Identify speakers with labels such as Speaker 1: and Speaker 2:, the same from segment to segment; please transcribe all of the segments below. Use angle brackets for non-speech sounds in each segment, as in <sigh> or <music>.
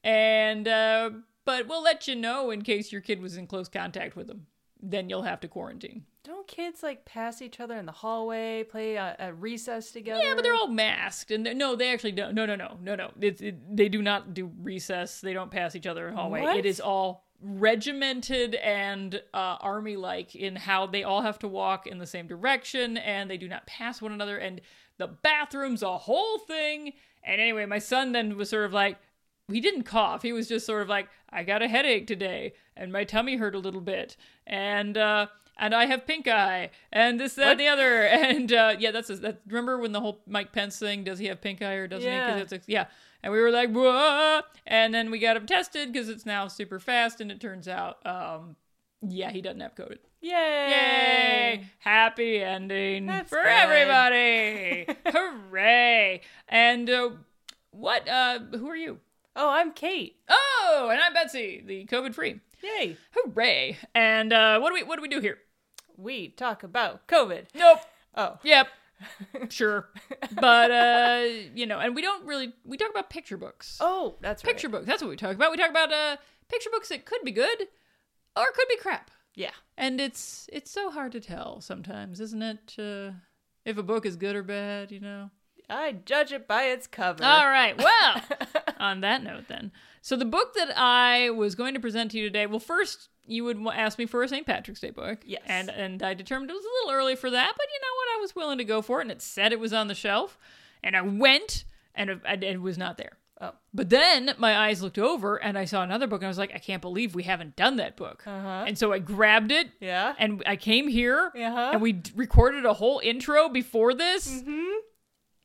Speaker 1: And, uh, but we'll let you know in case your kid was in close contact with them. Then you'll have to quarantine.
Speaker 2: don't kids like pass each other in the hallway, play uh, at recess together?
Speaker 1: Yeah, but they're all masked, and they're- no, they actually don't. No, no, no, no, no. It's it, they do not do recess. They don't pass each other in hallway.
Speaker 2: What?
Speaker 1: It is all regimented and uh, army-like in how they all have to walk in the same direction, and they do not pass one another. And the bathroom's a whole thing. And anyway, my son then was sort of like. He didn't cough. He was just sort of like, I got a headache today, and my tummy hurt a little bit, and uh, and I have pink eye, and this, that, and the other, <laughs> and uh, yeah, that's that. Remember when the whole Mike Pence thing? Does he have pink eye or doesn't
Speaker 2: Yeah.
Speaker 1: he? 'Cause it's, yeah. And we were like, Whoa! and then we got him tested because it's now super fast, and it turns out, um, yeah, he doesn't have COVID.
Speaker 2: Yay!
Speaker 1: Yay! Happy ending
Speaker 2: That's
Speaker 1: for
Speaker 2: good. <laughs>
Speaker 1: everybody! Hooray! And uh, what? Uh, who are you?
Speaker 2: Oh, I'm Kate.
Speaker 1: Oh, and I'm Betsy, the COVID free.
Speaker 2: Yay!
Speaker 1: Hooray! And uh, what do we what do we do here?
Speaker 2: We talk about COVID.
Speaker 1: Nope.
Speaker 2: Oh,
Speaker 1: Yep.
Speaker 2: <laughs>
Speaker 1: Sure. But uh, you know, and we don't really we talk about picture books.
Speaker 2: oh, that's
Speaker 1: picture
Speaker 2: Right.
Speaker 1: books. That's what we talk about. We talk about uh picture books that could be good or could be crap.
Speaker 2: Yeah.
Speaker 1: And it's it's so hard to tell sometimes, isn't it? Uh, if a book is good or bad, you know.
Speaker 2: I judge it by its cover.
Speaker 1: All right. Well,
Speaker 2: <laughs>
Speaker 1: on that note, then. So the book that I was going to present to you today. Well, first you would wa- ask me for a St. Patrick's Day book.
Speaker 2: Yes.
Speaker 1: And and I determined it was a little early for that, but you know what? I was willing to go for it, and it said it was on the shelf, and I went, and it, and it was not there.
Speaker 2: Oh.
Speaker 1: But then my eyes looked over and I saw another book and I was like, I can't believe we haven't done that book.
Speaker 2: Uh-huh.
Speaker 1: And so I grabbed it
Speaker 2: Yeah.
Speaker 1: and I came here
Speaker 2: Uh-huh. Mm-hmm.
Speaker 1: and we d- recorded a whole intro before this.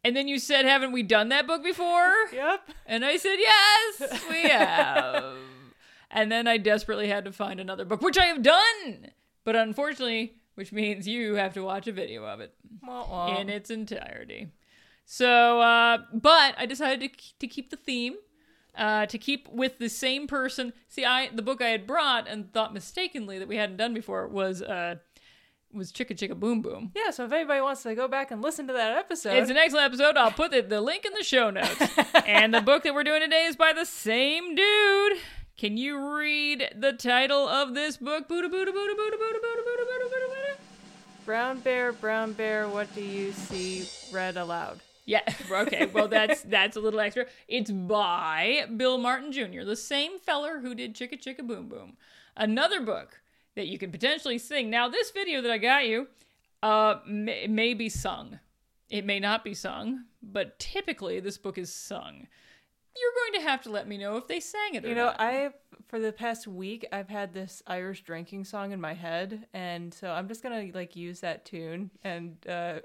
Speaker 1: And then you said, Haven't we done that book before?
Speaker 2: Yep.
Speaker 1: And I said, Yes, we have. and then I desperately had to find another book, which I have done. But unfortunately, which means you have to watch a video of it
Speaker 2: Wah-wah.
Speaker 1: in its entirety. So, uh, but I decided to, k- to keep the theme, uh, to keep with the same person. See, I the book I had brought and thought mistakenly that we hadn't done before was uh, was Chicka Chicka Boom Boom.
Speaker 2: Yeah, so if anybody wants to go back and listen to that episode,
Speaker 1: It's an excellent episode. I'll put the, the link in the show notes. and the book that we're doing today is by the same dude. Can you read the title of this book? Buddha, Buddha, Buddha, Buddha, Buddha, Buddha, Buddha, Buddha, Buddha, Buddha.
Speaker 2: brown bear, brown bear, what do you see? Read aloud.
Speaker 1: Yeah. <laughs> Okay. Well, that's that's a little extra. It's by Bill Martin Jr., the same feller who did Chicka Chicka Boom Boom. Another book that you could potentially sing. Now, this video that I got you uh, may, may be sung. It may not be sung, but typically this book is sung. You're going to have to let me know if they sang it. Or
Speaker 2: You know,
Speaker 1: not.
Speaker 2: I for the past week I've had this Irish drinking song in my head, and so I'm just gonna like use that tune. And uh,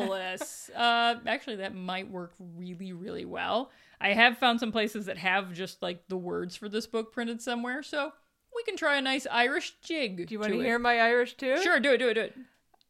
Speaker 1: marvelous. uh, actually, that might work really, really well. I have found some places that have just like the words for this book printed somewhere, so we can try a nice Irish jig.
Speaker 2: do you want to
Speaker 1: to it.
Speaker 2: hear my Irish tune?
Speaker 1: Sure, do it, do it, do it.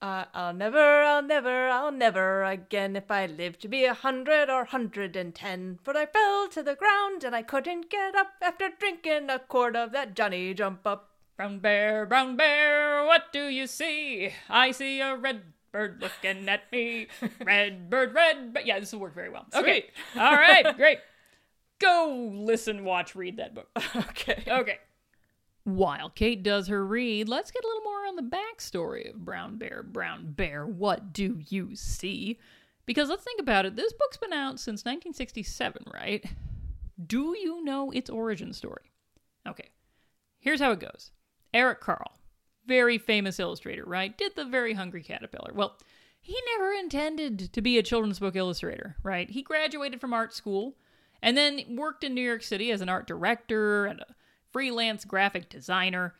Speaker 2: Uh, I'll never, I'll never, I'll never again if I live to be a hundred or hundred and ten. But I fell to the ground and I couldn't get up after drinking a quart of that Johnny Jump Up.
Speaker 1: Brown bear, brown bear, what do you see? I see a red bird looking at <laughs> me. Red bird, red. But yeah, this will work very well. Okay, <laughs> all right, great. Go listen, watch, read that book.
Speaker 2: Okay.
Speaker 1: Okay. While Kate does her read, let's get a little more on the backstory of Brown Bear. Brown Bear, what do you see? Because let's think about it. This book's been out since 1967, right? Do you know its origin story? Okay, here's how it goes Eric Carle, very famous illustrator, right? Did the Very Hungry Caterpillar. Well, he never intended to be a children's book illustrator, right? He graduated from art school and then worked in New York City as an art director and a freelance graphic designer.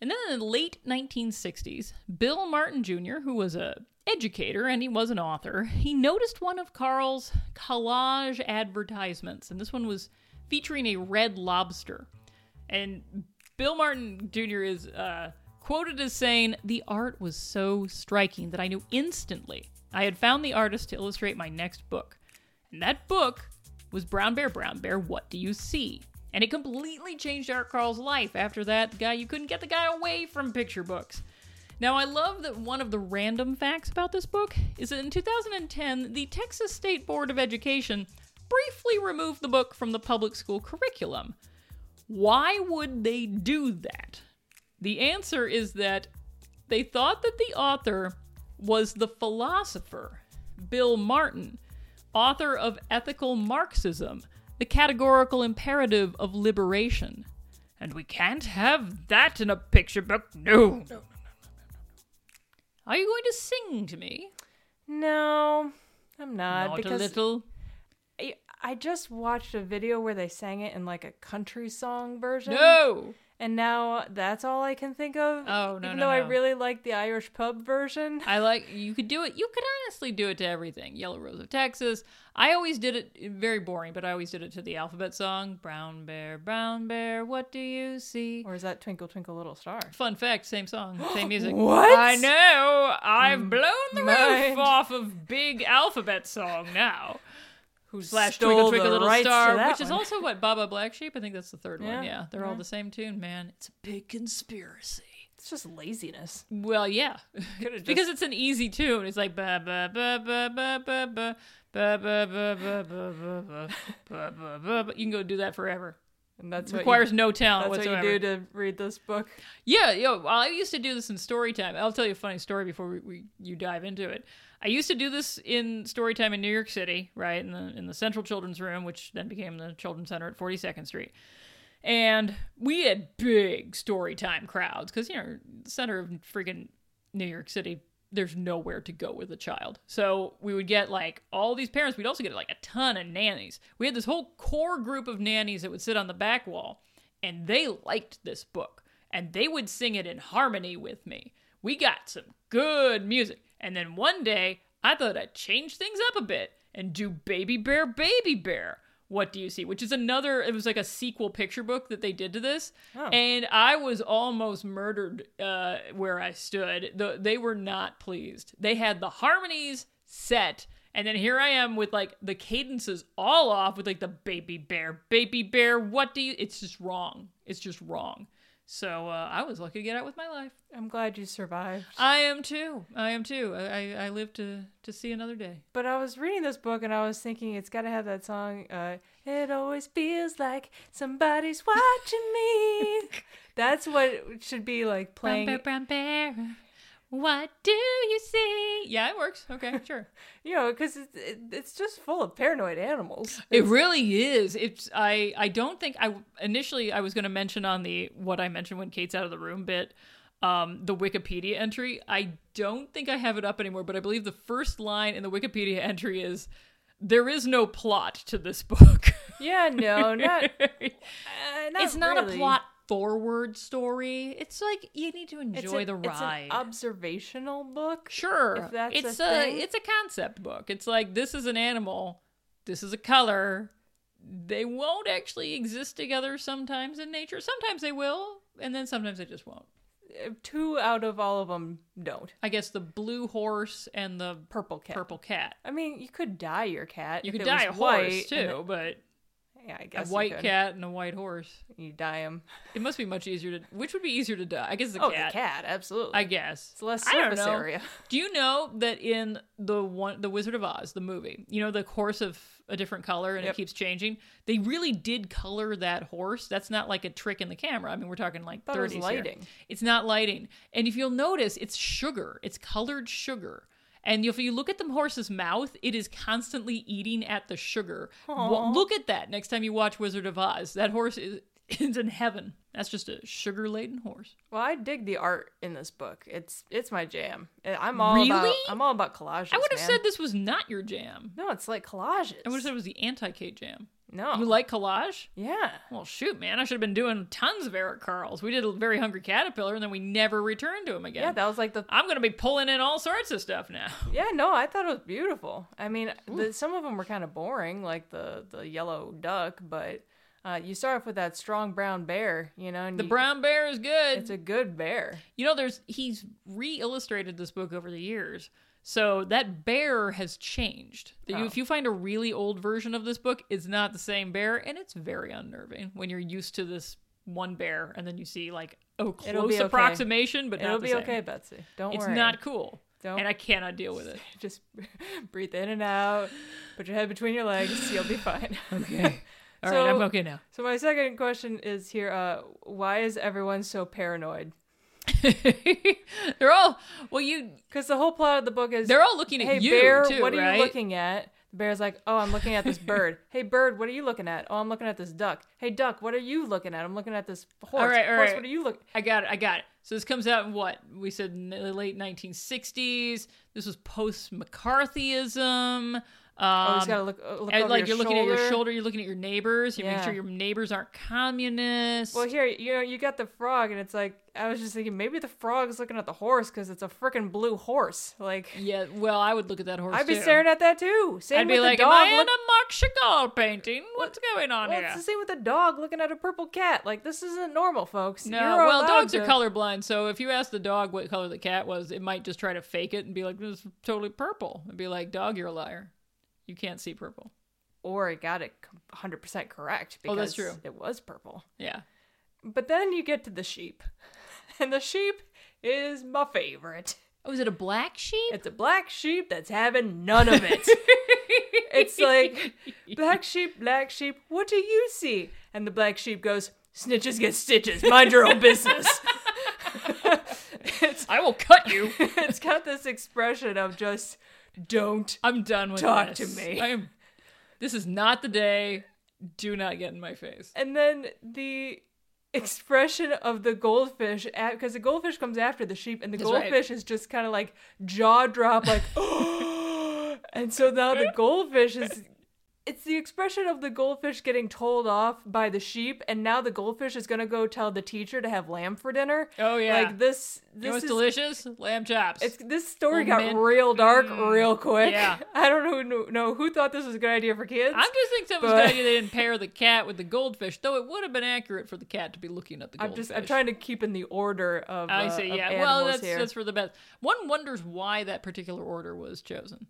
Speaker 1: And then in the late 1960s, Bill Martin Jr., who was a educator and he was an author, he noticed one of Carl's collage advertisements, and this one was featuring a red lobster. And Bill Martin Jr. is uh, quoted as saying, "The art was so striking that I knew instantly I had found the artist to illustrate my next book." And that book was Brown Bear, Brown Bear, What Do You See? And it completely changed Art Carl's life. After that, the guy you couldn't get the guy away from picture books. Now, I love that one of the random facts about this book is that in 2010, the Texas State Board of Education briefly removed the book from the public school curriculum. Why would they do that? The answer is that they thought that the author was the philosopher Bill Martin, author of Ethical Marxism, the categorical imperative of liberation. And we can't have that in a picture book, no. Are you going to sing to me?
Speaker 2: No, I'm not.
Speaker 1: Not a
Speaker 2: because
Speaker 1: little.
Speaker 2: I, I just watched a video where they sang it in like a country song version.
Speaker 1: No.
Speaker 2: And now that's all I can think of.
Speaker 1: Oh, no,
Speaker 2: Even
Speaker 1: no,
Speaker 2: though
Speaker 1: no.
Speaker 2: I really like the Irish pub version.
Speaker 1: I like you could do it. You could honestly do it to everything. Yellow Rose of Texas. I always did it very boring, but I always did it to the alphabet song. Brown bear, brown bear, what do you see?
Speaker 2: Or is that Twinkle Twinkle Little Star?
Speaker 1: Fun fact,
Speaker 2: <gasps>
Speaker 1: same song, same music.
Speaker 2: What? Mm,
Speaker 1: I know. I've blown the roof
Speaker 2: <laughs> mind.
Speaker 1: off of Big Alphabet Song now.
Speaker 2: Who
Speaker 1: Slash
Speaker 2: stole
Speaker 1: Twinkle
Speaker 2: the
Speaker 1: Twinkle Little
Speaker 2: rights to
Speaker 1: Star,
Speaker 2: that
Speaker 1: which is
Speaker 2: one?
Speaker 1: also what Baba Black Sheep. I think that's the third
Speaker 2: Yeah,
Speaker 1: one. Yeah, they're all the same tune, man. It's a big conspiracy.
Speaker 2: It's just laziness.
Speaker 1: Well, yeah,
Speaker 2: Could've
Speaker 1: because it's an easy tune. It's like ba ba ba ba ba ba ba ba ba ba ba ba ba ba ba ba ba. ba. You can go do that forever.
Speaker 2: And that's what
Speaker 1: Requires
Speaker 2: you,
Speaker 1: no talent
Speaker 2: That's
Speaker 1: whatsoever.
Speaker 2: what you do to read this book.
Speaker 1: Yeah, yo, well, I used to do this in story time. I'll tell you a funny story before we, we you dive into it. I used to do this in story time in New York City, right in the in the Central Children's Room, which then became the Children's Center at 42nd Street. And we had big story time crowds because you know, center of freaking New York City, there's nowhere to go with a child. So we would get like all these parents. We'd also get like a ton of nannies. We had this whole core group of nannies that would sit on the back wall, and they liked this book, and they would sing it in harmony with me. We got some good music. And then one day, I thought I'd change things up a bit and do Baby Bear, Baby Bear. What do you see? Which is another, it was like a sequel picture book that they did to this. And I was almost murdered uh, where I stood. The, they were not pleased. They had the harmonies set. And then here I am with like the cadences all off with like the baby bear, baby bear. What do you? It's just wrong. It's just wrong. So uh, I was lucky to get out with my life.
Speaker 2: I'm glad you survived.
Speaker 1: I am too. I am too. I, I, I live to, to see another day.
Speaker 2: But I was reading this book and I was thinking it's got to have that song. Uh, it always feels like somebody's watching me. <laughs> That's what should be like
Speaker 1: Brown
Speaker 2: playing.
Speaker 1: bear, brown bear. What do you see? Yeah, it works. Okay, sure.
Speaker 2: You know, because it's it, it's just full of paranoid animals.
Speaker 1: It really is. It's I I don't think I initially I was going to mention on the what I mentioned when Kate's out of the room bit um the Wikipedia entry. I don't think I have it up anymore, but I believe the first line in the Wikipedia <laughs> entry is there is no plot to
Speaker 2: <laughs>
Speaker 1: this book.
Speaker 2: Yeah, no, not. <laughs> uh, not
Speaker 1: it's not
Speaker 2: Oh, really.
Speaker 1: a plot forward story. It's like you need to
Speaker 2: It's
Speaker 1: enjoy
Speaker 2: an-
Speaker 1: the ride.
Speaker 2: It's an observational book.
Speaker 1: Sure.
Speaker 2: If that's
Speaker 1: it's
Speaker 2: a thing.
Speaker 1: it's a concept book. It's like this is an animal, this is a color. They won't actually exist together sometimes in nature. Sometimes they will, and then sometimes they just won't.
Speaker 2: Uh, Two out of all of them don't.
Speaker 1: I guess the blue horse and the
Speaker 2: Purple
Speaker 1: purple
Speaker 2: cat.
Speaker 1: purple cat.
Speaker 2: I mean, you could dye your cat.
Speaker 1: You
Speaker 2: if
Speaker 1: could
Speaker 2: it was
Speaker 1: dye a
Speaker 2: white,
Speaker 1: horse
Speaker 2: and
Speaker 1: too, but
Speaker 2: then- yeah, I
Speaker 1: A
Speaker 2: guess. you
Speaker 1: white
Speaker 2: could.
Speaker 1: cat and a white horse.
Speaker 2: You die him.
Speaker 1: It must be much easier to. Which would be easier to die? I guess the
Speaker 2: Oh,
Speaker 1: cat.
Speaker 2: the cat, absolutely.
Speaker 1: I guess
Speaker 2: It's less
Speaker 1: I don't
Speaker 2: surface
Speaker 1: know.
Speaker 2: area. <laughs>
Speaker 1: Do you know that in the one, the Wizard of Oz, the movie, you know the horse of a different color and
Speaker 2: Yep.
Speaker 1: it keeps changing. They really did color that horse. That's not like a trick in the camera. I mean, we're talking like
Speaker 2: Thought it was
Speaker 1: 30s here.
Speaker 2: lighting.
Speaker 1: It's not lighting. And if you'll notice, it's sugar. It's colored sugar. And if you look at the horse's mouth, it is constantly eating at the sugar. Wa- look at that next time you watch Wizard of Oz. That horse is, <laughs> is in heaven. That's just a sugar laden horse.
Speaker 2: Well, I dig the art in this book. It's it's my jam. Eh, I'm all about
Speaker 1: Really?
Speaker 2: I'm all about collages.
Speaker 1: I would have
Speaker 2: man.
Speaker 1: said this was not your jam.
Speaker 2: no. It's like collages.
Speaker 1: I would have said it was the anti Kate jam.
Speaker 2: no.
Speaker 1: You like collage?
Speaker 2: yeah.
Speaker 1: Well, shoot, man. I should have been doing tons of Eric Carls. We did a very hungry caterpillar, and then we never returned to him again.
Speaker 2: Yeah, that was like the
Speaker 1: I'm going to be pulling in all sorts of
Speaker 2: <laughs>
Speaker 1: stuff now.
Speaker 2: Yeah, no, I thought it was beautiful. I mean, the, some of them were kind of boring, like the the yellow duck, but uh, you start off with that strong brown bear, you know, and
Speaker 1: The
Speaker 2: you-
Speaker 1: brown bear is good.
Speaker 2: It's a good bear.
Speaker 1: You know, there's he's re-illustrated this book over the years. So that bear has changed. The-
Speaker 2: Oh.
Speaker 1: If you find a really old version of this book, it's not the same bear, and it's very unnerving when you're used to this one bear, and then you see like a
Speaker 2: be
Speaker 1: close
Speaker 2: okay.
Speaker 1: approximation, but
Speaker 2: It'll
Speaker 1: not the
Speaker 2: be
Speaker 1: same.
Speaker 2: okay, Betsy. Don't
Speaker 1: It's
Speaker 2: worry.
Speaker 1: not cool,
Speaker 2: Don't-
Speaker 1: and I cannot deal with it.
Speaker 2: <laughs> Just <laughs> breathe in and out. Put your head between your legs. You'll be
Speaker 1: <laughs>
Speaker 2: fine.
Speaker 1: Okay, all
Speaker 2: So-
Speaker 1: right, I'm okay now.
Speaker 2: so my second question is here: uh, Why is everyone so paranoid?
Speaker 1: <laughs> they're all well, you.
Speaker 2: Because the whole plot of the book is
Speaker 1: They're all looking at
Speaker 2: Hey
Speaker 1: you
Speaker 2: bear,
Speaker 1: too,
Speaker 2: what are
Speaker 1: right?
Speaker 2: you looking at? The bear's like, oh, I'm looking at this
Speaker 1: <laughs>
Speaker 2: bird. hey bird, what are you looking at? Oh, I'm looking at this duck. Hey duck, what are you looking at? I'm looking at this horse.
Speaker 1: All right, all
Speaker 2: horse,
Speaker 1: right.
Speaker 2: what are you looking?
Speaker 1: I got it. I got it. So this comes out in what we said in the late 1960s. This was post McCarthyism. Um,
Speaker 2: Oh, he's gotta look, uh, look
Speaker 1: and,
Speaker 2: over
Speaker 1: like
Speaker 2: your
Speaker 1: you're looking at your shoulder, you're looking at your neighbors. You make
Speaker 2: Yeah.
Speaker 1: sure your neighbors aren't communists.
Speaker 2: Well, here you know you got the frog, and it's like I was just thinking maybe the frog's looking at the horse because it's a freaking blue horse. Like
Speaker 1: yeah. Well, I would look at that horse.
Speaker 2: I'd be
Speaker 1: too.
Speaker 2: staring at that too. Same
Speaker 1: I'd
Speaker 2: with
Speaker 1: be like,
Speaker 2: the
Speaker 1: "Am
Speaker 2: dog.
Speaker 1: I in a
Speaker 2: look-
Speaker 1: Marc Chagall painting? What's going on
Speaker 2: well,
Speaker 1: here?"
Speaker 2: it's the same with the dog looking at a purple cat. Like this isn't normal, folks.
Speaker 1: No,
Speaker 2: You're
Speaker 1: well,
Speaker 2: allowed
Speaker 1: dogs
Speaker 2: to-
Speaker 1: are colorblind, so if you ask the dog what color the cat was, it might just try to fake it and be like, "This is totally purple," and be like, "Dog, you're a liar. You can't see purple."
Speaker 2: or it got it 100% correct
Speaker 1: Oh,
Speaker 2: because
Speaker 1: that's true.
Speaker 2: it was purple.
Speaker 1: Yeah.
Speaker 2: But then you get to the sheep. <laughs> And the sheep is my favorite.
Speaker 1: Oh, is it a black sheep?
Speaker 2: It's a black sheep that's having none of
Speaker 1: <laughs>
Speaker 2: it. it's like, black sheep, black sheep, what do you see? And the black sheep goes, snitches get stitches, mind your own business. <laughs>
Speaker 1: I will cut you.
Speaker 2: it's got this expression of just, don't.
Speaker 1: I'm done with
Speaker 2: Talk
Speaker 1: this.
Speaker 2: to me.
Speaker 1: I'm. This is not the day. Do not get in my face.
Speaker 2: And then the expression of the goldfish, because the goldfish comes after the sheep, and the
Speaker 1: That's right.
Speaker 2: goldfish is just kind of like jaw drop, like, <gasps> and so now the goldfish is. It's the expression of the goldfish getting told off by the sheep, and now the goldfish is gonna go tell the teacher to have lamb for dinner.
Speaker 1: Oh, yeah.
Speaker 2: like this.
Speaker 1: You know
Speaker 2: This
Speaker 1: what's
Speaker 2: is,
Speaker 1: delicious? Lamb chops.
Speaker 2: It's this story
Speaker 1: Little
Speaker 2: got
Speaker 1: mint.
Speaker 2: real dark, real quick.
Speaker 1: Mm. yeah.
Speaker 2: <laughs> I don't know, who knew- know who thought this was a good idea for kids.
Speaker 1: I'm just thinking someone's
Speaker 2: But-
Speaker 1: got idea they didn't pair the cat with the goldfish, though it would have been accurate for the cat to be looking at the
Speaker 2: I'm
Speaker 1: goldfish.
Speaker 2: just. I'm trying to keep in the order of.
Speaker 1: I
Speaker 2: uh,
Speaker 1: see.
Speaker 2: of
Speaker 1: Yeah.
Speaker 2: animals
Speaker 1: Well, that's
Speaker 2: here.
Speaker 1: that's for the best. One wonders why that particular order was chosen.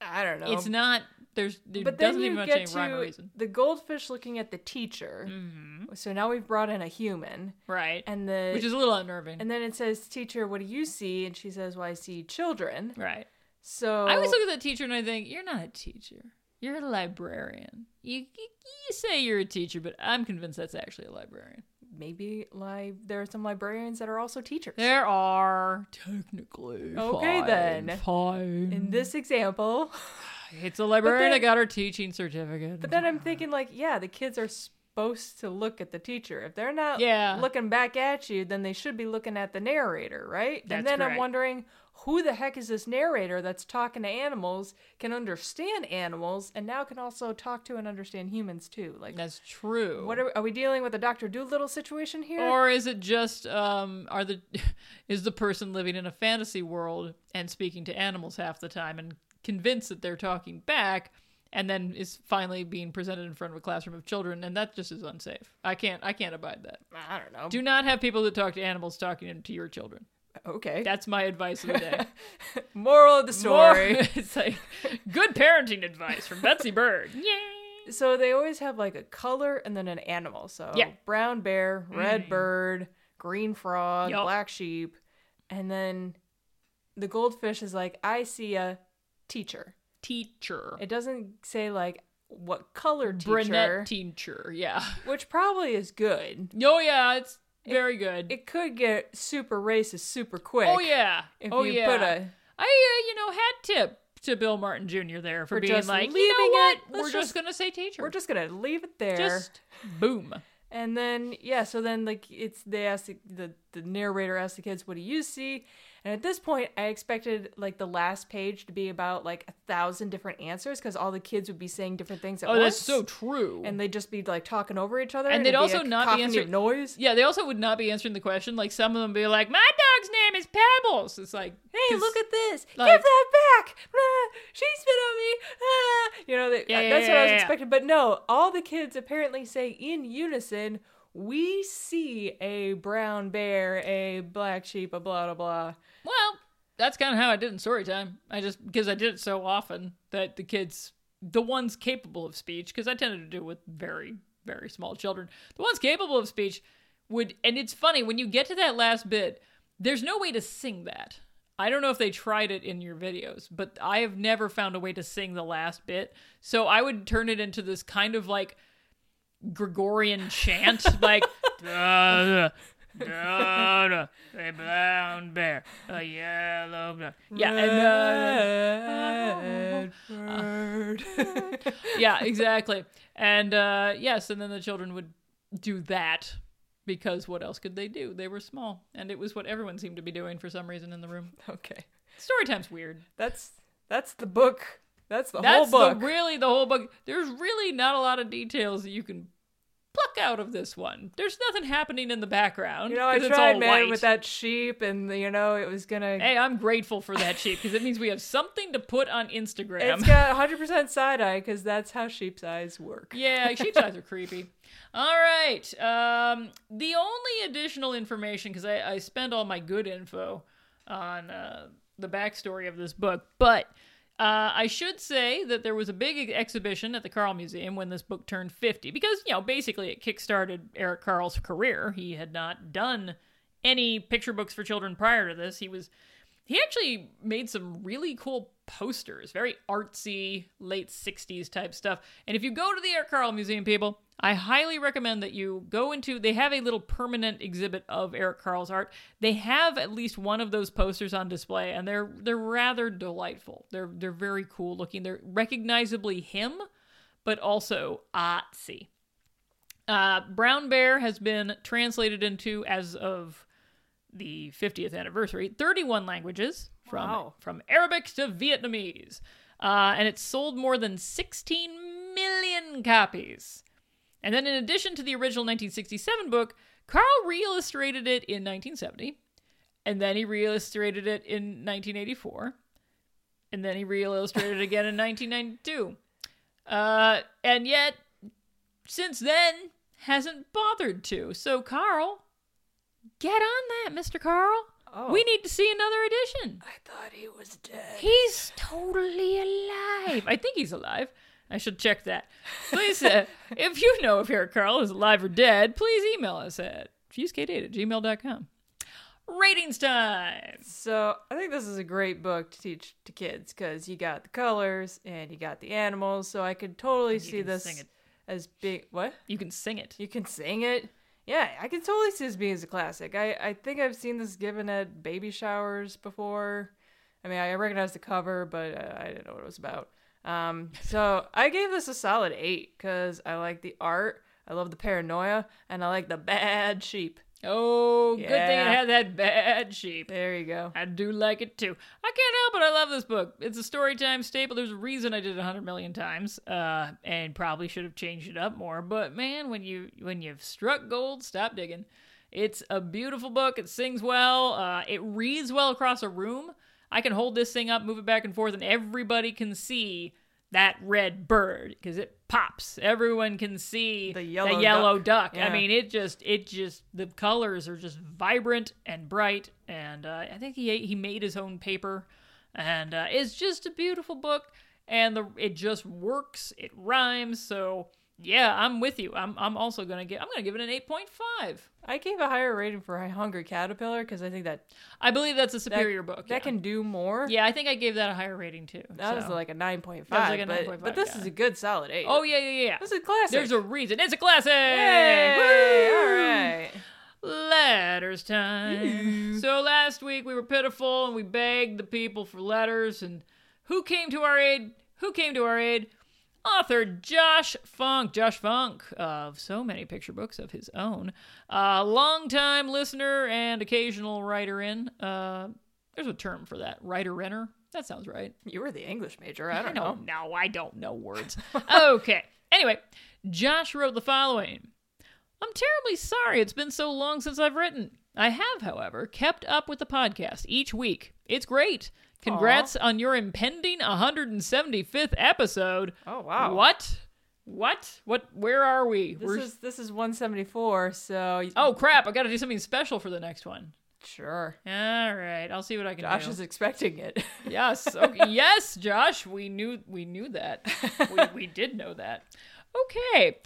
Speaker 2: I don't know.
Speaker 1: It's not. There's. There
Speaker 2: Um, But then
Speaker 1: doesn't
Speaker 2: you
Speaker 1: even much
Speaker 2: get
Speaker 1: any
Speaker 2: to
Speaker 1: rhyme or reason.
Speaker 2: the goldfish looking at the teacher. So now we've brought in a human,
Speaker 1: Right.
Speaker 2: and the
Speaker 1: Which is a little unnerving.
Speaker 2: and then it says, "Teacher, what do you see?" And she says, "Well, I see children."
Speaker 1: right.
Speaker 2: So
Speaker 1: I always look at that teacher and I think, you're not a teacher. You're a librarian. You, you, you say you're a teacher, but I'm convinced that's actually a librarian.
Speaker 2: maybe like there are some librarians that are also teachers.
Speaker 1: There are technically.
Speaker 2: Okay,
Speaker 1: five,
Speaker 2: then.
Speaker 1: Five.
Speaker 2: In this example,
Speaker 1: it's a librarian
Speaker 2: then-
Speaker 1: that got her teaching certificate.
Speaker 2: but then I'm thinking like, yeah, the kids are supposed to look at the teacher. If they're not
Speaker 1: Yeah.
Speaker 2: looking back at you, then they should be looking at the narrator, right?
Speaker 1: That's
Speaker 2: and then I'm
Speaker 1: correct.
Speaker 2: wondering who the heck is this narrator that's talking to animals, can understand animals, and now can also talk to and understand humans too? Like,
Speaker 1: that's true.
Speaker 2: what are we, are we dealing with a Doctor Doolittle situation here?
Speaker 1: or is it just um are the <laughs> is the person living in a fantasy world and speaking to animals half the time and convinced that they're talking back and then is finally being presented in front of a classroom of children and that just is unsafe i can't i can't abide that
Speaker 2: I don't know.
Speaker 1: do not have people that talk to animals talking to your children
Speaker 2: okay.
Speaker 1: that's my advice of the day
Speaker 2: Moral of the story.
Speaker 1: <laughs> More- it's like good parenting advice from betsy bird <laughs> yay
Speaker 2: So they always have like a color and then an animal. So
Speaker 1: Yeah. Mm.
Speaker 2: brown bear, red bird, green frog,
Speaker 1: Yup.
Speaker 2: black sheep, and then the goldfish is like I see a teacher.
Speaker 1: Teacher.
Speaker 2: It doesn't say like what color teacher,
Speaker 1: Brunette teacher. Yeah.
Speaker 2: which probably is good.
Speaker 1: Oh yeah, it's very good.
Speaker 2: It could get super racist super quick.
Speaker 1: oh yeah.
Speaker 2: If
Speaker 1: oh
Speaker 2: you
Speaker 1: yeah.
Speaker 2: put a
Speaker 1: I, uh, you know, hat tip to Bill Martin Jr. there for
Speaker 2: We're
Speaker 1: being
Speaker 2: just
Speaker 1: like, you know
Speaker 2: leaving
Speaker 1: what?
Speaker 2: it-
Speaker 1: We're
Speaker 2: let's
Speaker 1: just,
Speaker 2: just-
Speaker 1: gonna say teacher.
Speaker 2: we're just gonna leave it there.
Speaker 1: just boom.
Speaker 2: And then yeah, so then like it's they ask the, the the narrator asks the kids, "What do you see?" And at this point, I expected like the last page to be about like a thousand different answers because all the kids would be saying different things at
Speaker 1: Oh,
Speaker 2: once.
Speaker 1: that's so true.
Speaker 2: And they'd just be like talking over each other,
Speaker 1: And they'd
Speaker 2: it'd
Speaker 1: also
Speaker 2: a
Speaker 1: not
Speaker 2: cacophony
Speaker 1: be
Speaker 2: of
Speaker 1: answering-
Speaker 2: noise.
Speaker 1: yeah, they also would not be answering the question. Like some of them be like, "My dog's name is Pebbles." It's like,
Speaker 2: Hey,
Speaker 1: 'cause-
Speaker 2: look at this!
Speaker 1: like-
Speaker 2: Give that back! Ah, she spit on me! Ah. You know, they,
Speaker 1: Yeah, yeah,
Speaker 2: that's what I was
Speaker 1: yeah, yeah.
Speaker 2: expecting. But no, all the kids apparently say in unison, "We see a brown bear, a black sheep, a blah blah blah."
Speaker 1: Well, that's kind of how I did in story time. I just because I did it so often that the kids, the ones capable of speech, because I tended to do it with very very small children, the ones capable of speech would. And it's funny when you get to that last bit, there's no way to sing that. I don't know if they tried it in your videos, but I have never found a way to sing the last bit. So I would turn it into this kind of like Gregorian chant, like "Duh, duh, duh, duh, a brown bear, a yellow bear. Yeah, and, Oh,
Speaker 2: Red bird. Ah.
Speaker 1: uh, yeah, exactly. And uh, yes, and then the children would do that because what else could they do? They were small, and it was what everyone seemed to be doing for some reason in the room.
Speaker 2: <laughs> okay,
Speaker 1: Storytime's weird.
Speaker 2: that's that's the book. That's the
Speaker 1: That's
Speaker 2: whole book.
Speaker 1: The, really the whole book. There's really not a lot of details that you can pluck out of this one. There's nothing happening in the background.
Speaker 2: you know, I
Speaker 1: 'cause it's
Speaker 2: tried,
Speaker 1: all
Speaker 2: man,
Speaker 1: white.
Speaker 2: with that sheep, and you know, it was gonna.
Speaker 1: <laughs> Hey, I'm grateful for that sheep because it means we have something to put on Instagram.
Speaker 2: It's
Speaker 1: <laughs>
Speaker 2: got 100% side eye because that's how sheep's eyes work.
Speaker 1: yeah, sheep's eyes are creepy. All right. Um, the only additional information because I, I spend all my good info on uh, the backstory of this book, but. Uh, I should say that there was a big exhibition at the Carl Museum when this book turned 50, because, you know, basically it kickstarted Eric Carl's career. He had not done any picture books for children prior to this. He was he actually made some really cool posters, very artsy, late 60s type stuff. And if you go to the Eric Carl Museum, people, I highly recommend that you go into, they have a little permanent exhibit of Eric Carl's art. They have at least one of those posters on display, and they're they're rather delightful. They're they're very cool looking. They're recognizably him, but also artsy. Uh, Brown Bear has been translated into, as of the 50th anniversary, 31 languages from
Speaker 2: Wow.
Speaker 1: from Arabic to Vietnamese, uh, and it sold more than 16 million copies. And then, in addition to the original 1967 book, Carl reillustrated it in 1970, and then he reillustrated it in 1984, and then he reillustrated it again in 1992. Uh, and yet, since then, hasn't bothered to. So, Carl, get on that, Mr. Carl.
Speaker 2: Oh.
Speaker 1: We need to see another edition.
Speaker 2: I thought he was dead.
Speaker 1: He's totally alive. I think he's alive. I should check that. Please, uh,
Speaker 2: <laughs>
Speaker 1: if you know if Eric Carl is alive or dead, please email us at cheesekdate at gmail.com. Ratings time.
Speaker 2: So I think this is a great book to teach to kids because you got the colors and you got the animals. So I could totally see
Speaker 1: can
Speaker 2: this
Speaker 1: sing it.
Speaker 2: as being what
Speaker 1: You can sing it.
Speaker 2: you can sing it. Yeah, I can totally see this being as a classic. I I think I've seen this given at baby showers before. I mean, I recognize the cover, but uh, I didn't know what it was about. Um,
Speaker 1: <laughs>
Speaker 2: so I gave this a solid eight because I like the art, I love the paranoia, and I like the bad sheep.
Speaker 1: Oh, good thing it
Speaker 2: Yeah.
Speaker 1: had that bad sheep.
Speaker 2: There you go.
Speaker 1: I do like it too. I can't help it. I love this book. It's a story time staple. There's a reason I did it a hundred million times, uh, and probably should have changed it up more. But man, when you when you've struck gold, stop digging. It's a beautiful book. It sings well. Uh, it reads well across a room. I can hold this thing up, move it back and forth, and everybody can see that red bird because it pops. Everyone can see
Speaker 2: The yellow
Speaker 1: the yellow
Speaker 2: duck.
Speaker 1: duck. I
Speaker 2: Yeah.
Speaker 1: mean, it just it just the colors are just vibrant and bright, and uh, I think he he made his own paper, and uh, it's just a beautiful book. and the it just works. It rhymes. So yeah, I'm with you. I'm I'm also gonna give I'm gonna give it an eight point five.
Speaker 2: I gave a higher rating for I Hungry Caterpillar because I think that
Speaker 1: I believe that's a
Speaker 2: that-
Speaker 1: superior book.
Speaker 2: That
Speaker 1: yeah.
Speaker 2: can do more.
Speaker 1: Yeah, I think I gave that a higher rating too.
Speaker 2: That was
Speaker 1: so.
Speaker 2: like a 9.5.
Speaker 1: That was like a
Speaker 2: but,
Speaker 1: 9.5,
Speaker 2: but this
Speaker 1: yeah.
Speaker 2: is a good solid 8.
Speaker 1: Oh yeah, yeah, yeah.
Speaker 2: This is a classic.
Speaker 1: There's a reason. It's a classic.
Speaker 2: Hey,
Speaker 1: Woo!
Speaker 2: all right.
Speaker 1: letters time. So last week we were pitiful and we begged the people for letters and who came to our aid? Who came to our aid? Author Josh Funk, Josh Funk of so many picture books of his own, uh, longtime listener and occasional writer in. Uh, there's a term for that, writer renner. That sounds right.
Speaker 2: You were the English major. I
Speaker 1: I
Speaker 2: don't know.
Speaker 1: don't know. I don't
Speaker 2: <laughs>
Speaker 1: know words. okay. Anyway, Josh wrote the following I'm terribly sorry it's been so long since I've written. I have, however, kept up with the podcast each week. It's great. Congrats on your impending 175th episode.
Speaker 2: Oh, wow.
Speaker 1: What? What? What? Where are we?
Speaker 2: This is this is 174, so y-
Speaker 1: oh, crap. I got to do something special for the next one.
Speaker 2: sure.
Speaker 1: All right. I'll see what I can
Speaker 2: Josh
Speaker 1: do.
Speaker 2: is expecting it. <laughs>
Speaker 1: Yes. Okay. yes, Josh, we knew we knew that. We, we did know that. Okay.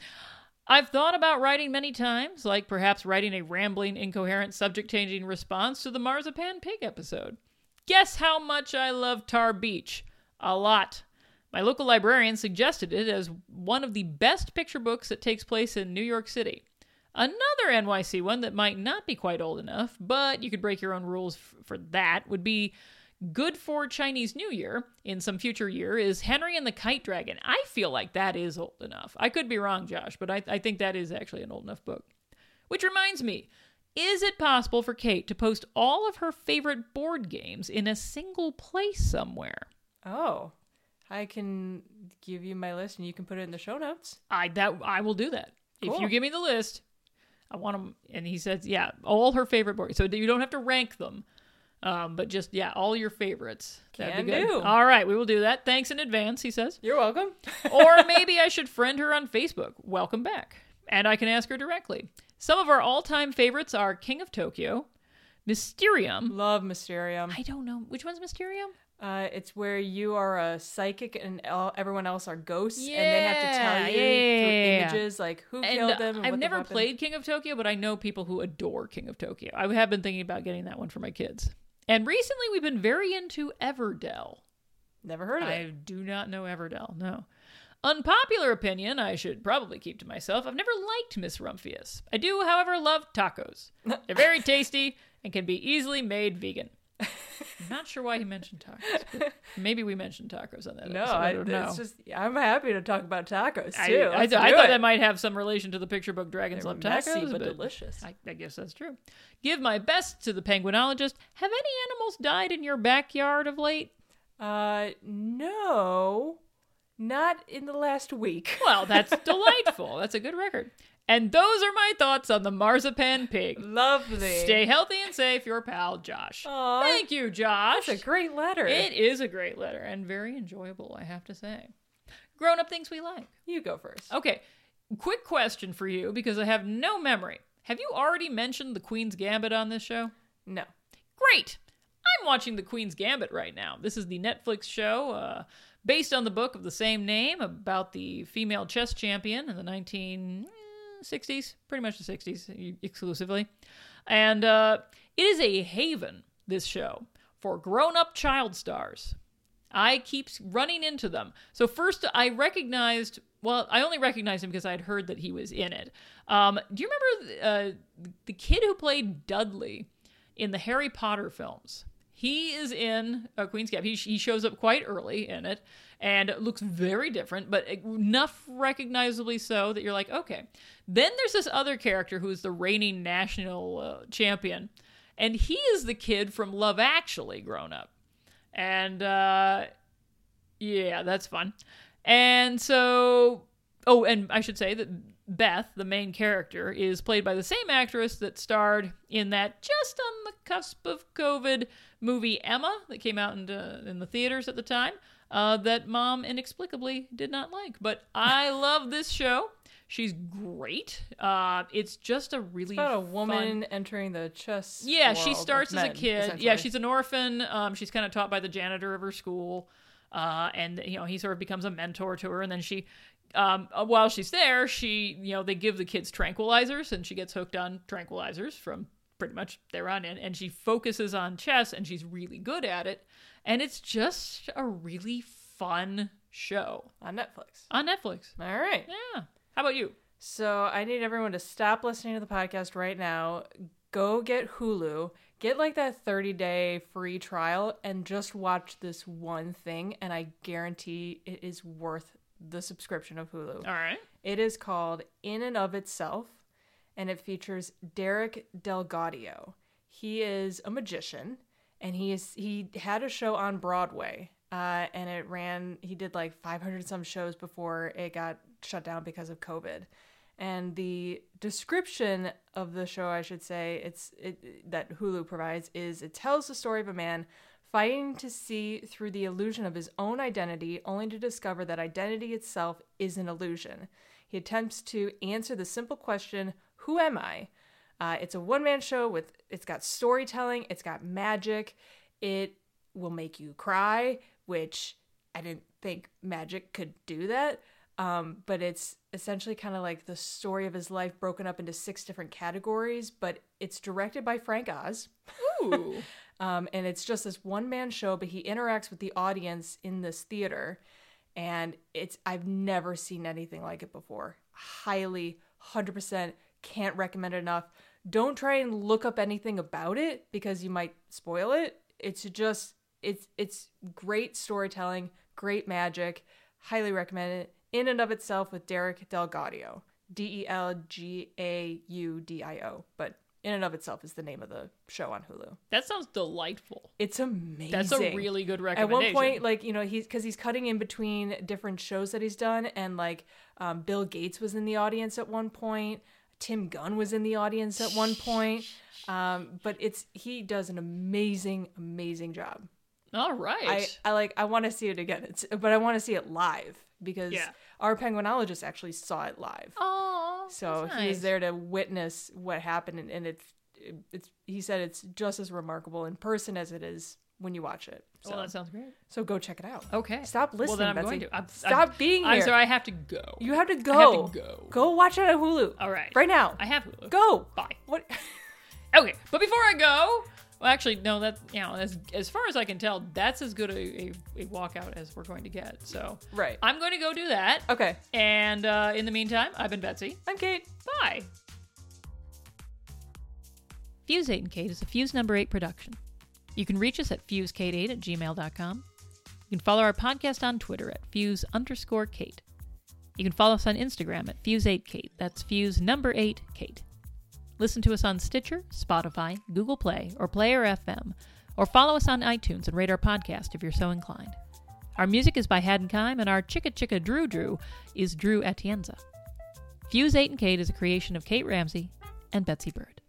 Speaker 1: I've thought about writing many times, like perhaps writing a rambling, incoherent, subject changing response to the Marzipan Pig episode. Guess how much I love Tar Beach? A lot. My local librarian suggested it as one of the best picture books that takes place in New York City. Another NYC one that might not be quite old enough, but you could break your own rules f- for that, would be good for Chinese New Year in some future year is Henry and the Kite Dragon. I feel like that is old enough. I could be wrong, Josh, but I, I think that is actually an old enough book. Which reminds me, is it possible for Kate to post all of her favorite board games in a single place somewhere?
Speaker 2: oh. I can give you my list and you can put it in the show notes.
Speaker 1: I that I will do that. If
Speaker 2: Cool.
Speaker 1: you give me the list, I want them. And he says, yeah, all her favorite board. So you don't have to rank them, um, but just yeah, all your favorites. That'd be
Speaker 2: Can
Speaker 1: good.
Speaker 2: do.
Speaker 1: All right, we will do that. Thanks in advance, he says.
Speaker 2: You're welcome.
Speaker 1: <laughs> or maybe I should friend her on Facebook. Welcome back. And I can ask her directly. Some of our all time favorites are King of Tokyo,
Speaker 2: <laughs>
Speaker 1: Mysterium.
Speaker 2: Love Mysterium.
Speaker 1: I don't know. Which one's Mysterium?
Speaker 2: Uh, it's where you are a psychic and el- everyone else are ghosts, and they have to tell
Speaker 1: Yeah,
Speaker 2: you
Speaker 1: yeah.
Speaker 2: through images like who
Speaker 1: And uh,
Speaker 2: killed them. And
Speaker 1: I've
Speaker 2: what the
Speaker 1: never
Speaker 2: weapon-
Speaker 1: played King of Tokyo, but I know people who adore King of Tokyo. I have been thinking about getting that one for my kids. And recently we've been very into Everdell.
Speaker 2: Never heard of it.
Speaker 1: I do not know Everdell, no. Unpopular opinion, I should probably keep to myself. I've never liked Miss Rumphius. I do, however, love tacos.
Speaker 2: <laughs>
Speaker 1: They're very tasty and can be easily made vegan. I'm not sure why he mentioned tacos. but Maybe we mentioned tacos on that
Speaker 2: No,
Speaker 1: episode.
Speaker 2: I,
Speaker 1: don't know.
Speaker 2: it's just I'm happy to talk about tacos
Speaker 1: I,
Speaker 2: too.
Speaker 1: I,
Speaker 2: Let's
Speaker 1: th- I
Speaker 2: do
Speaker 1: thought
Speaker 2: it.
Speaker 1: that might have some relation to the picture book Dragons
Speaker 2: They were
Speaker 1: Love
Speaker 2: messy,
Speaker 1: Tacos,
Speaker 2: but delicious.
Speaker 1: I, I guess that's true. Give my best to the penguinologist. Have any animals died in your backyard of late?
Speaker 2: Uh, no, not in the last week.
Speaker 1: Well, that's delightful. That's a good record. And those are my thoughts on the marzipan pig.
Speaker 2: <laughs> Lovely.
Speaker 1: Stay healthy and safe, your pal Josh.
Speaker 2: Aw.
Speaker 1: Thank you, Josh.
Speaker 2: That's a great letter.
Speaker 1: it is a great letter and very enjoyable, I have to say. Grown up things we like.
Speaker 2: you go first.
Speaker 1: Okay, quick question for you because I have no memory. Have you already mentioned the Queen's Gambit on this show?
Speaker 2: No.
Speaker 1: Great! I'm watching The Queen's Gambit right now. This is the Netflix show uh, based on the book of the same name about the female chess champion in the 1960s, pretty much the 60s exclusively. And uh, it is a haven, this show, for grown up child stars. I keep running into them. So first, I recognized. Well, I only recognized him because I'd heard that he was in it. Um, do you remember uh, the kid who played Dudley in the Harry Potter films? He is in uh, Queen's Gambit. He, he shows up quite early in it and looks very different, but e, enough recognizably so that you're like, okay. Then there's this other character who is the reigning national uh, champion, and he is the kid from Love Actually grown up and uh yeah that's fun and so oh and i should say that beth the main character is played by the same actress that starred in that just on the cusp of covid movie emma that came out in, uh, in the theaters at the time uh, that mom inexplicably did not like but i love this show She's great. Uh, it's just a really
Speaker 2: About a
Speaker 1: fun-
Speaker 2: woman entering the chess.
Speaker 1: yeah, she
Speaker 2: world of
Speaker 1: starts as a
Speaker 2: men,
Speaker 1: kid. Yeah,
Speaker 2: essentially.
Speaker 1: she's an orphan. Um, she's kind of taught by the janitor of her school, uh, and you know he sort of becomes a mentor to her. And then she, um, uh, while she's there, she you know they give the kids tranquilizers, and she gets hooked on tranquilizers from pretty much there on in. And she focuses on chess, and she's really good at it. And it's just a really fun show
Speaker 2: on Netflix.
Speaker 1: on Netflix.
Speaker 2: All right.
Speaker 1: Yeah. How about you?
Speaker 2: So I need everyone to stop listening to the podcast right now. Go get Hulu. Get like that 30 day free trial and just watch this one thing, and I guarantee it is worth the subscription of Hulu.
Speaker 1: All right.
Speaker 2: It is called In and of Itself, and it features Derek Delgadio. He is a magician, and he is he had a show on Broadway, uh, and it ran. He did like 500 some shows before it got shut down because of COVID. And the description of the show, I should say, it's it, that Hulu provides is it tells the story of a man fighting to see through the illusion of his own identity, only to discover that identity itself is an illusion. He attempts to answer the simple question, "Who am I?" Uh, it's a one-man show with it's got storytelling, it's got magic, it will make you cry, which I didn't think magic could do that. Um, but it's essentially kind of like the story of his life broken up into six different categories. But it's directed by Frank Oz.
Speaker 1: Ooh.
Speaker 2: Um, and it's just this one man show, but he interacts with the audience in this theater, and it's I've never seen anything like it before. Highly, hundred percent, can't recommend it enough. Don't try and look up anything about it because you might spoil it. It's just it's it's great storytelling, great magic. Highly recommend it in and of itself with Derek Delgadio, D E L G A U D I O. But in and of itself is the name of the show on Hulu.
Speaker 1: that sounds delightful.
Speaker 2: It's amazing.
Speaker 1: That's a really good
Speaker 2: At
Speaker 1: recommendation.
Speaker 2: one point, like you know, he's because he's cutting in between different shows that he's done, and like um, Bill Gates was in the audience at one point. Tim Gunn was in the audience at one point. Um, but it's he does an amazing, amazing job.
Speaker 1: All right.
Speaker 2: I, I like I want to see it again. It's but I want to see it live because
Speaker 1: Yeah.
Speaker 2: our penguinologist actually saw it live.
Speaker 1: Oh,
Speaker 2: So
Speaker 1: that's
Speaker 2: he was
Speaker 1: nice.
Speaker 2: there to witness what happened, and, and it's it's he said it's just as remarkable in person as it is when you watch it. So,
Speaker 1: Well, that sounds great.
Speaker 2: so go check it out.
Speaker 1: Okay.
Speaker 2: Stop
Speaker 1: Well,
Speaker 2: listening,
Speaker 1: then I'm
Speaker 2: Betsy.
Speaker 1: going to. I'm,
Speaker 2: Stop
Speaker 1: I'm,
Speaker 2: being
Speaker 1: I'm
Speaker 2: here.
Speaker 1: sorry. I have to go.
Speaker 2: You have to go.
Speaker 1: have to go.
Speaker 2: Go watch it on Hulu.
Speaker 1: All right.
Speaker 2: Right now.
Speaker 1: I have Hulu.
Speaker 2: Go.
Speaker 1: Bye.
Speaker 2: What? <laughs>
Speaker 1: Okay, but before I go, well, actually, no. That you know, as as far as I can tell, that's as good a, a, a walkout as we're going to get. So
Speaker 2: Right.
Speaker 1: I'm going to go do that.
Speaker 2: Okay.
Speaker 1: And uh, in the meantime, I've been Betsy.
Speaker 2: I'm Kate.
Speaker 1: Bye. Fuse 8 and Kate is a Fuse number 8 production. You can reach us at fusekate8 at gmail.com. You can follow our podcast on Twitter at fuse underscore Kate. You can follow us on Instagram at fuse8kate. That's fuse number 8 Kate. Listen to us on Stitcher, Spotify, Google Play, or Player FM, or follow us on iTunes and rate our podcast if you're so inclined. Our music is by Haddon Kime, and our Chicka Chicka Drew Drew is Drew Atienza. Fuse 8 and Kate is a creation of Kate Ramsey and Betsy Bird.